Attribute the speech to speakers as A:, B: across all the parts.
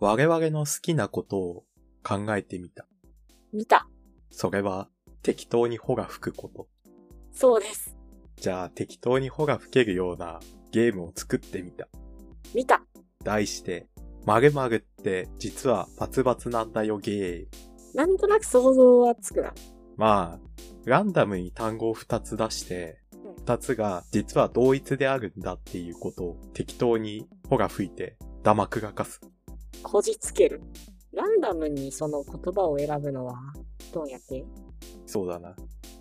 A: 我々の好きなことを考えてみた。
B: 見た。
A: それは適当に穂が吹くこと。
B: そうです。
A: じゃあ適当に穂が吹けるようなゲームを作ってみた。
B: 見た。
A: 題して、まるまるって実はバツバツなんだよゲーム。
B: なんとなく想像はつくな。
A: まあ、ランダムに単語を2つ出して
B: うん、
A: 2つが実は同一であるんだっていうことを適当に穂が吹いて、ダマくがかす。
B: こじつける。ランダムにその言葉を選ぶのは、どうやって
A: そうだな。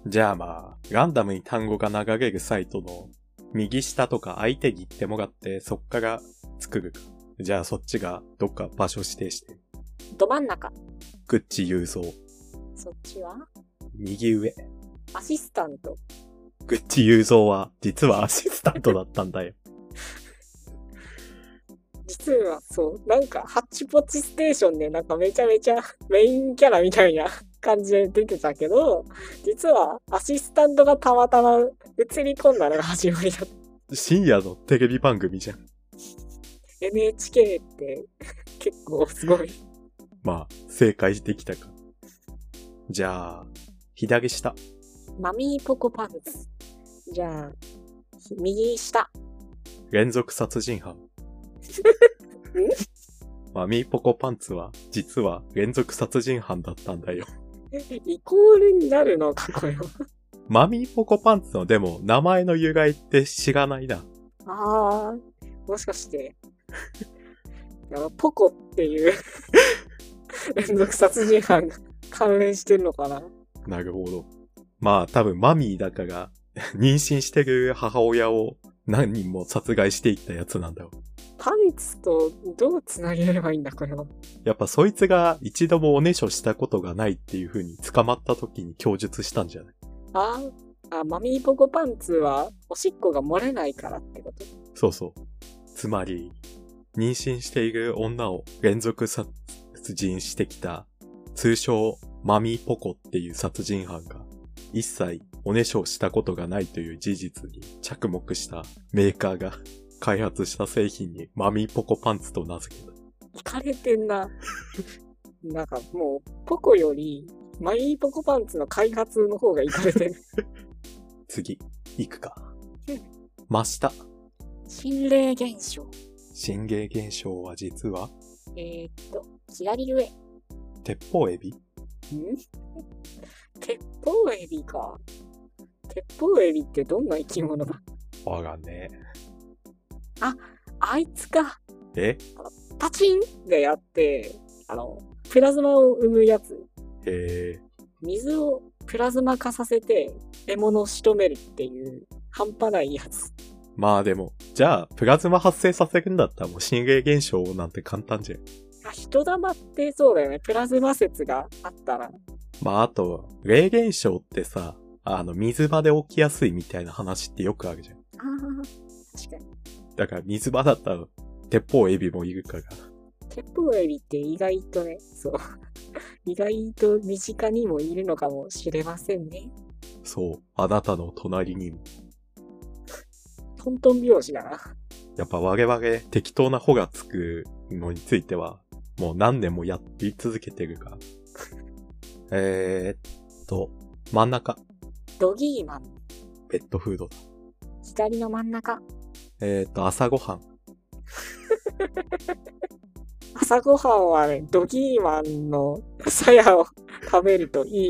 A: じゃあまあ、ランダムに単語が流れるサイトの右下とか相手に行ってもらってそっから作るか。じゃあそっちがどっか場所指定して。
B: ど真ん中。
A: グッチ雄三。
B: そっちは
A: 右上。
B: アシスタント。
A: グッチ雄三は実はアシスタントだったんだよ。
B: 実はそう、なんかハッチポッチステーションでなんかめちゃ めちゃメインキャラみたいな 感じで出てたけど、実はアシスタントがたまたま映り込んだのが始まりだった。
A: 深夜のテレビ番組じゃん。
B: NHK って 結構すごい。
A: まあ、正解できたか。じゃあ、左下。
B: マミーポコパンツ。じゃあ、右下。
A: 連続殺人犯。マミーポコパンツは、実は連続殺人犯だったんだよ。
B: イコールになるのか、これは。
A: マミーポコパンツのでも、名前の由来って知らないな。
B: あー、もしかして、あの、ポコっていう連続殺人犯が関連してるのかな
A: なるほど。まあ、多分マミーだから、 妊娠してる母親を何人も殺害していったやつなんだよ。
B: パンツとどうつなげればいいんだ、これは。
A: やっぱそいつが一度もおねしょしたことがないっていう風に捕まった時に供述したんじゃない
B: あーあ、マミーポコパンツはおしっこが漏れないからってこと
A: そうそう。つまり、妊娠している女を連続殺人してきた、通称、マミーポコっていう殺人犯が、一切おねしょをしたことがないという事実に着目したメーカーが開発した製品にマミーポコパンツと名付けた。
B: いかれてんな。 なんかもう、ポコより、マイポコパンツの開発の方がいかれてる。
A: 次、行くか
B: うん。
A: 真下。
B: 心霊現象。
A: 心霊現象は実は、
B: えー、っと、左上。ん
A: 鉄砲エビ
B: 鉄砲エビか。鉄砲エビってどんな生き物だ
A: 我がね。
B: あいつか。
A: え
B: パチンってやって、あの、プラズマを生むやつ。
A: へえ。
B: 水をプラズマ化させて、獲物を仕留めるっていう、半端ないやつ。
A: まあでも、じゃあ、プラズマ発生させるんだったらもう心霊現象なんて簡単じゃん。
B: あ、人玉ってそうだよね。プラズマ説があったら。
A: まああと、霊現象ってさ、あの、水場で起きやすいみたいな話ってよくあるじゃん。
B: ああ、確かに。
A: だから水場だったら、鉄砲エビもいるから。
B: 鉄砲エビって意外とね、そう。 意外と身近にもいるのかもしれませんね。
A: そう、あなたの隣にも。
B: トントン拍子だな。
A: やっぱ我々、適当な穂がつくのについては、もう何年もやり続けてるから。 えーっと、真ん中、
B: ドギーマン。
A: ペットフードだ。
B: 左の真ん中。
A: えーっと、朝ごはん。
B: 朝ごはんはね、ドギーマンのさやを食べるといい。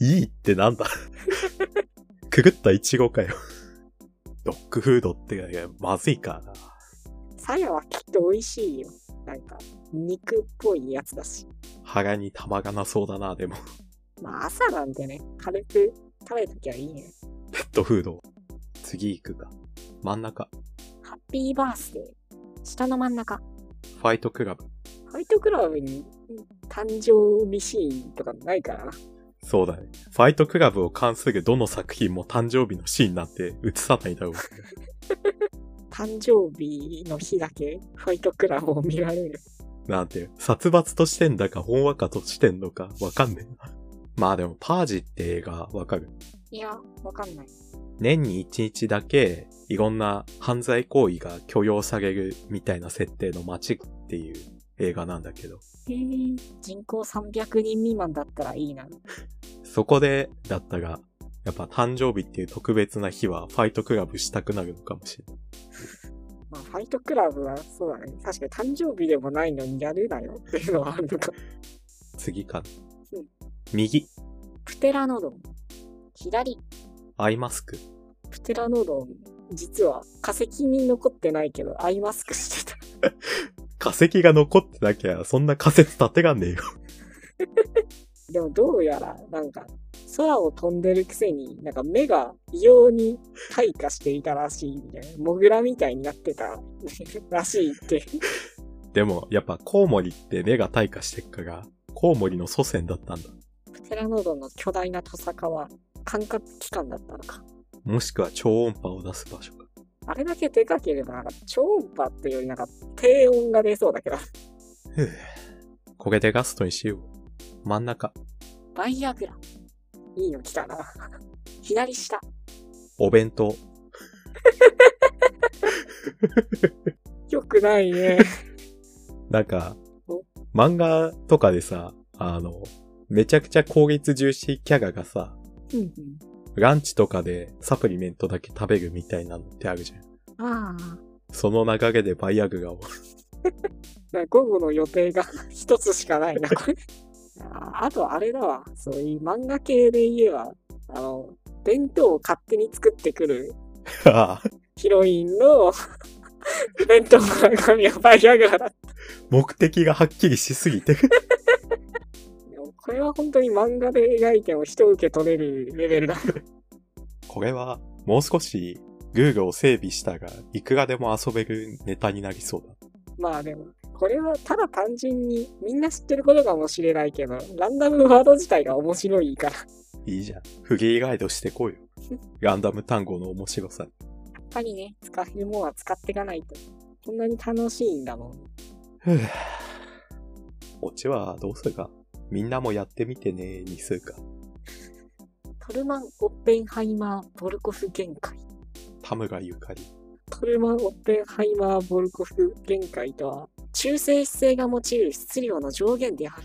A: いいってなん だくぐったイチゴかよ。ドッグフードっていやまずいからな。
B: さやはきっと美味しいよ。なんか、肉っぽいやつだし。
A: 腹に玉がなそうだな、でも。
B: まあ朝なんでね、軽く食べときゃいいね。
A: ペットフード。次行くか。真ん中。
B: ハッピーバースデー。下の真ん中。
A: ファイトクラブ。
B: ファイトクラブに誕生日シーンとかないからな。
A: そうだね。ファイトクラブを関するどの作品も誕生日のシーンなんて映さないだろう。
B: 誕生日の日だけファイトクラブを見られる。
A: なんて、殺伐としてんだか、ほんわかとしてんのか、わかんねえな。まあでも、パージって映画わかる。
B: いや、わかんない。
A: 年に一日だけいろんな犯罪行為が許容されるみたいな設定の街っていう映画なんだけど、
B: へえ人口300人未満だったらいいな。
A: そこでだったが、やっぱ誕生日っていう特別な日はファイトクラブしたくなるのかもしれない。
B: まあ、ファイトクラブはそうだね。確かに誕生日でもないのにやるなよっていうのはあるのか。
A: 次かな
B: うん。
A: 右、
B: プテラノドン。左、
A: アイマスク。
B: プテラノドン。実は化石に残ってないけど、アイマスクしてた。
A: 化石が残ってなきゃ、そんな仮説立てらんねえよ。
B: でもどうやら、なんか、空を飛んでるくせに、なんか目が異様に退化していたらしいみたいな。モグラみたいになってたらしいって。
A: でも、やっぱコウモリって目が退化してっから、コウモリの祖先だったんだ。
B: プテラノドンの巨大なトサカは感覚器官だったのか。
A: もしくは超音波を出す場所か。
B: あれだけでかければ、なんか超音波っていうよりなんか低音が出そうだけど。
A: ふぅ。これでガストにしよう。真ん中、
B: バイアグラ。いいの来たな。 左下。
A: お弁当。
B: よくないね。
A: なんか
B: お、
A: 漫画とかでさ、あの、めちゃくちゃ効率重視キャガがさ、
B: うん
A: ランチとかでサプリメントだけ食べるみたいなのってあるじゃん。
B: うん。ああ。
A: その流れでバイアグラを。
B: なんか午後の予定が 一つしかない な、これ。ああと、あれだわ。そういう漫画系で言えば、あの、弁当を勝手に作ってくる
A: ああ
B: ヒロインの 弁当の中身はバイアグラだ。
A: 目的がはっきりしすぎて。
B: でもこれは本当に漫画で描いても人受け取れるレベルだ。
A: これは、もう少し、グーグを整備したが、いくらでも遊べるネタになりそうだ。
B: まあでも、これはただ単純にみんな知ってることかもしれないけど、ランダムワード自体が面白いから、
A: いいじゃん。フリーガイドしてこいよ。ランダム単語の面白さ。
B: やっぱりね、使えるもんは使っていかないと。こんなに楽しいんだもん。
A: ふぅ。オチはどうするか。みんなもやってみてね、にするか。
B: トルマン・オッペンハイマー・ボルコフ限界。
A: タムがゆかり。
B: トルマン・オッペンハイマー・ボルコフ限界とは、中性子性が用いる質量の上限である。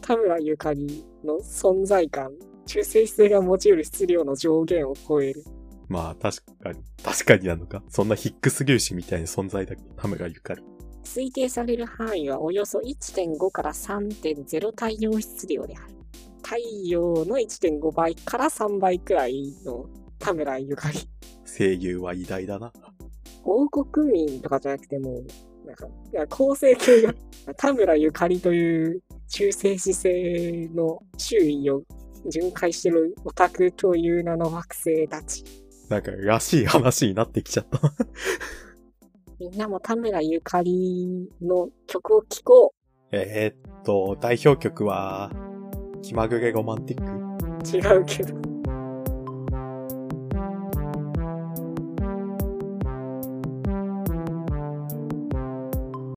B: 田村ゆかりの存在感。中性子性が用いる質量の上限を超える。
A: まあ、確かに。確かになのか。そんなヒックス粒子みたいな存在だけど、タムがゆかり。
B: 推定される範囲はおよそ1.5から3.0太陽質量である。太陽の1.5倍から3倍くらいの田村ゆかり。
A: 声優は偉大だな。
B: 王国民とかじゃなくてもう、なんか、いや構成系が、田村ゆかりという中性子性の周囲を巡回してるオタクという名の惑星たち。
A: なんか、らしい話になってきちゃった な。
B: みんなも田村ゆかりの曲を聴こ
A: えーっと、代表曲は、気まぐれロマンティック
B: う。違うけど。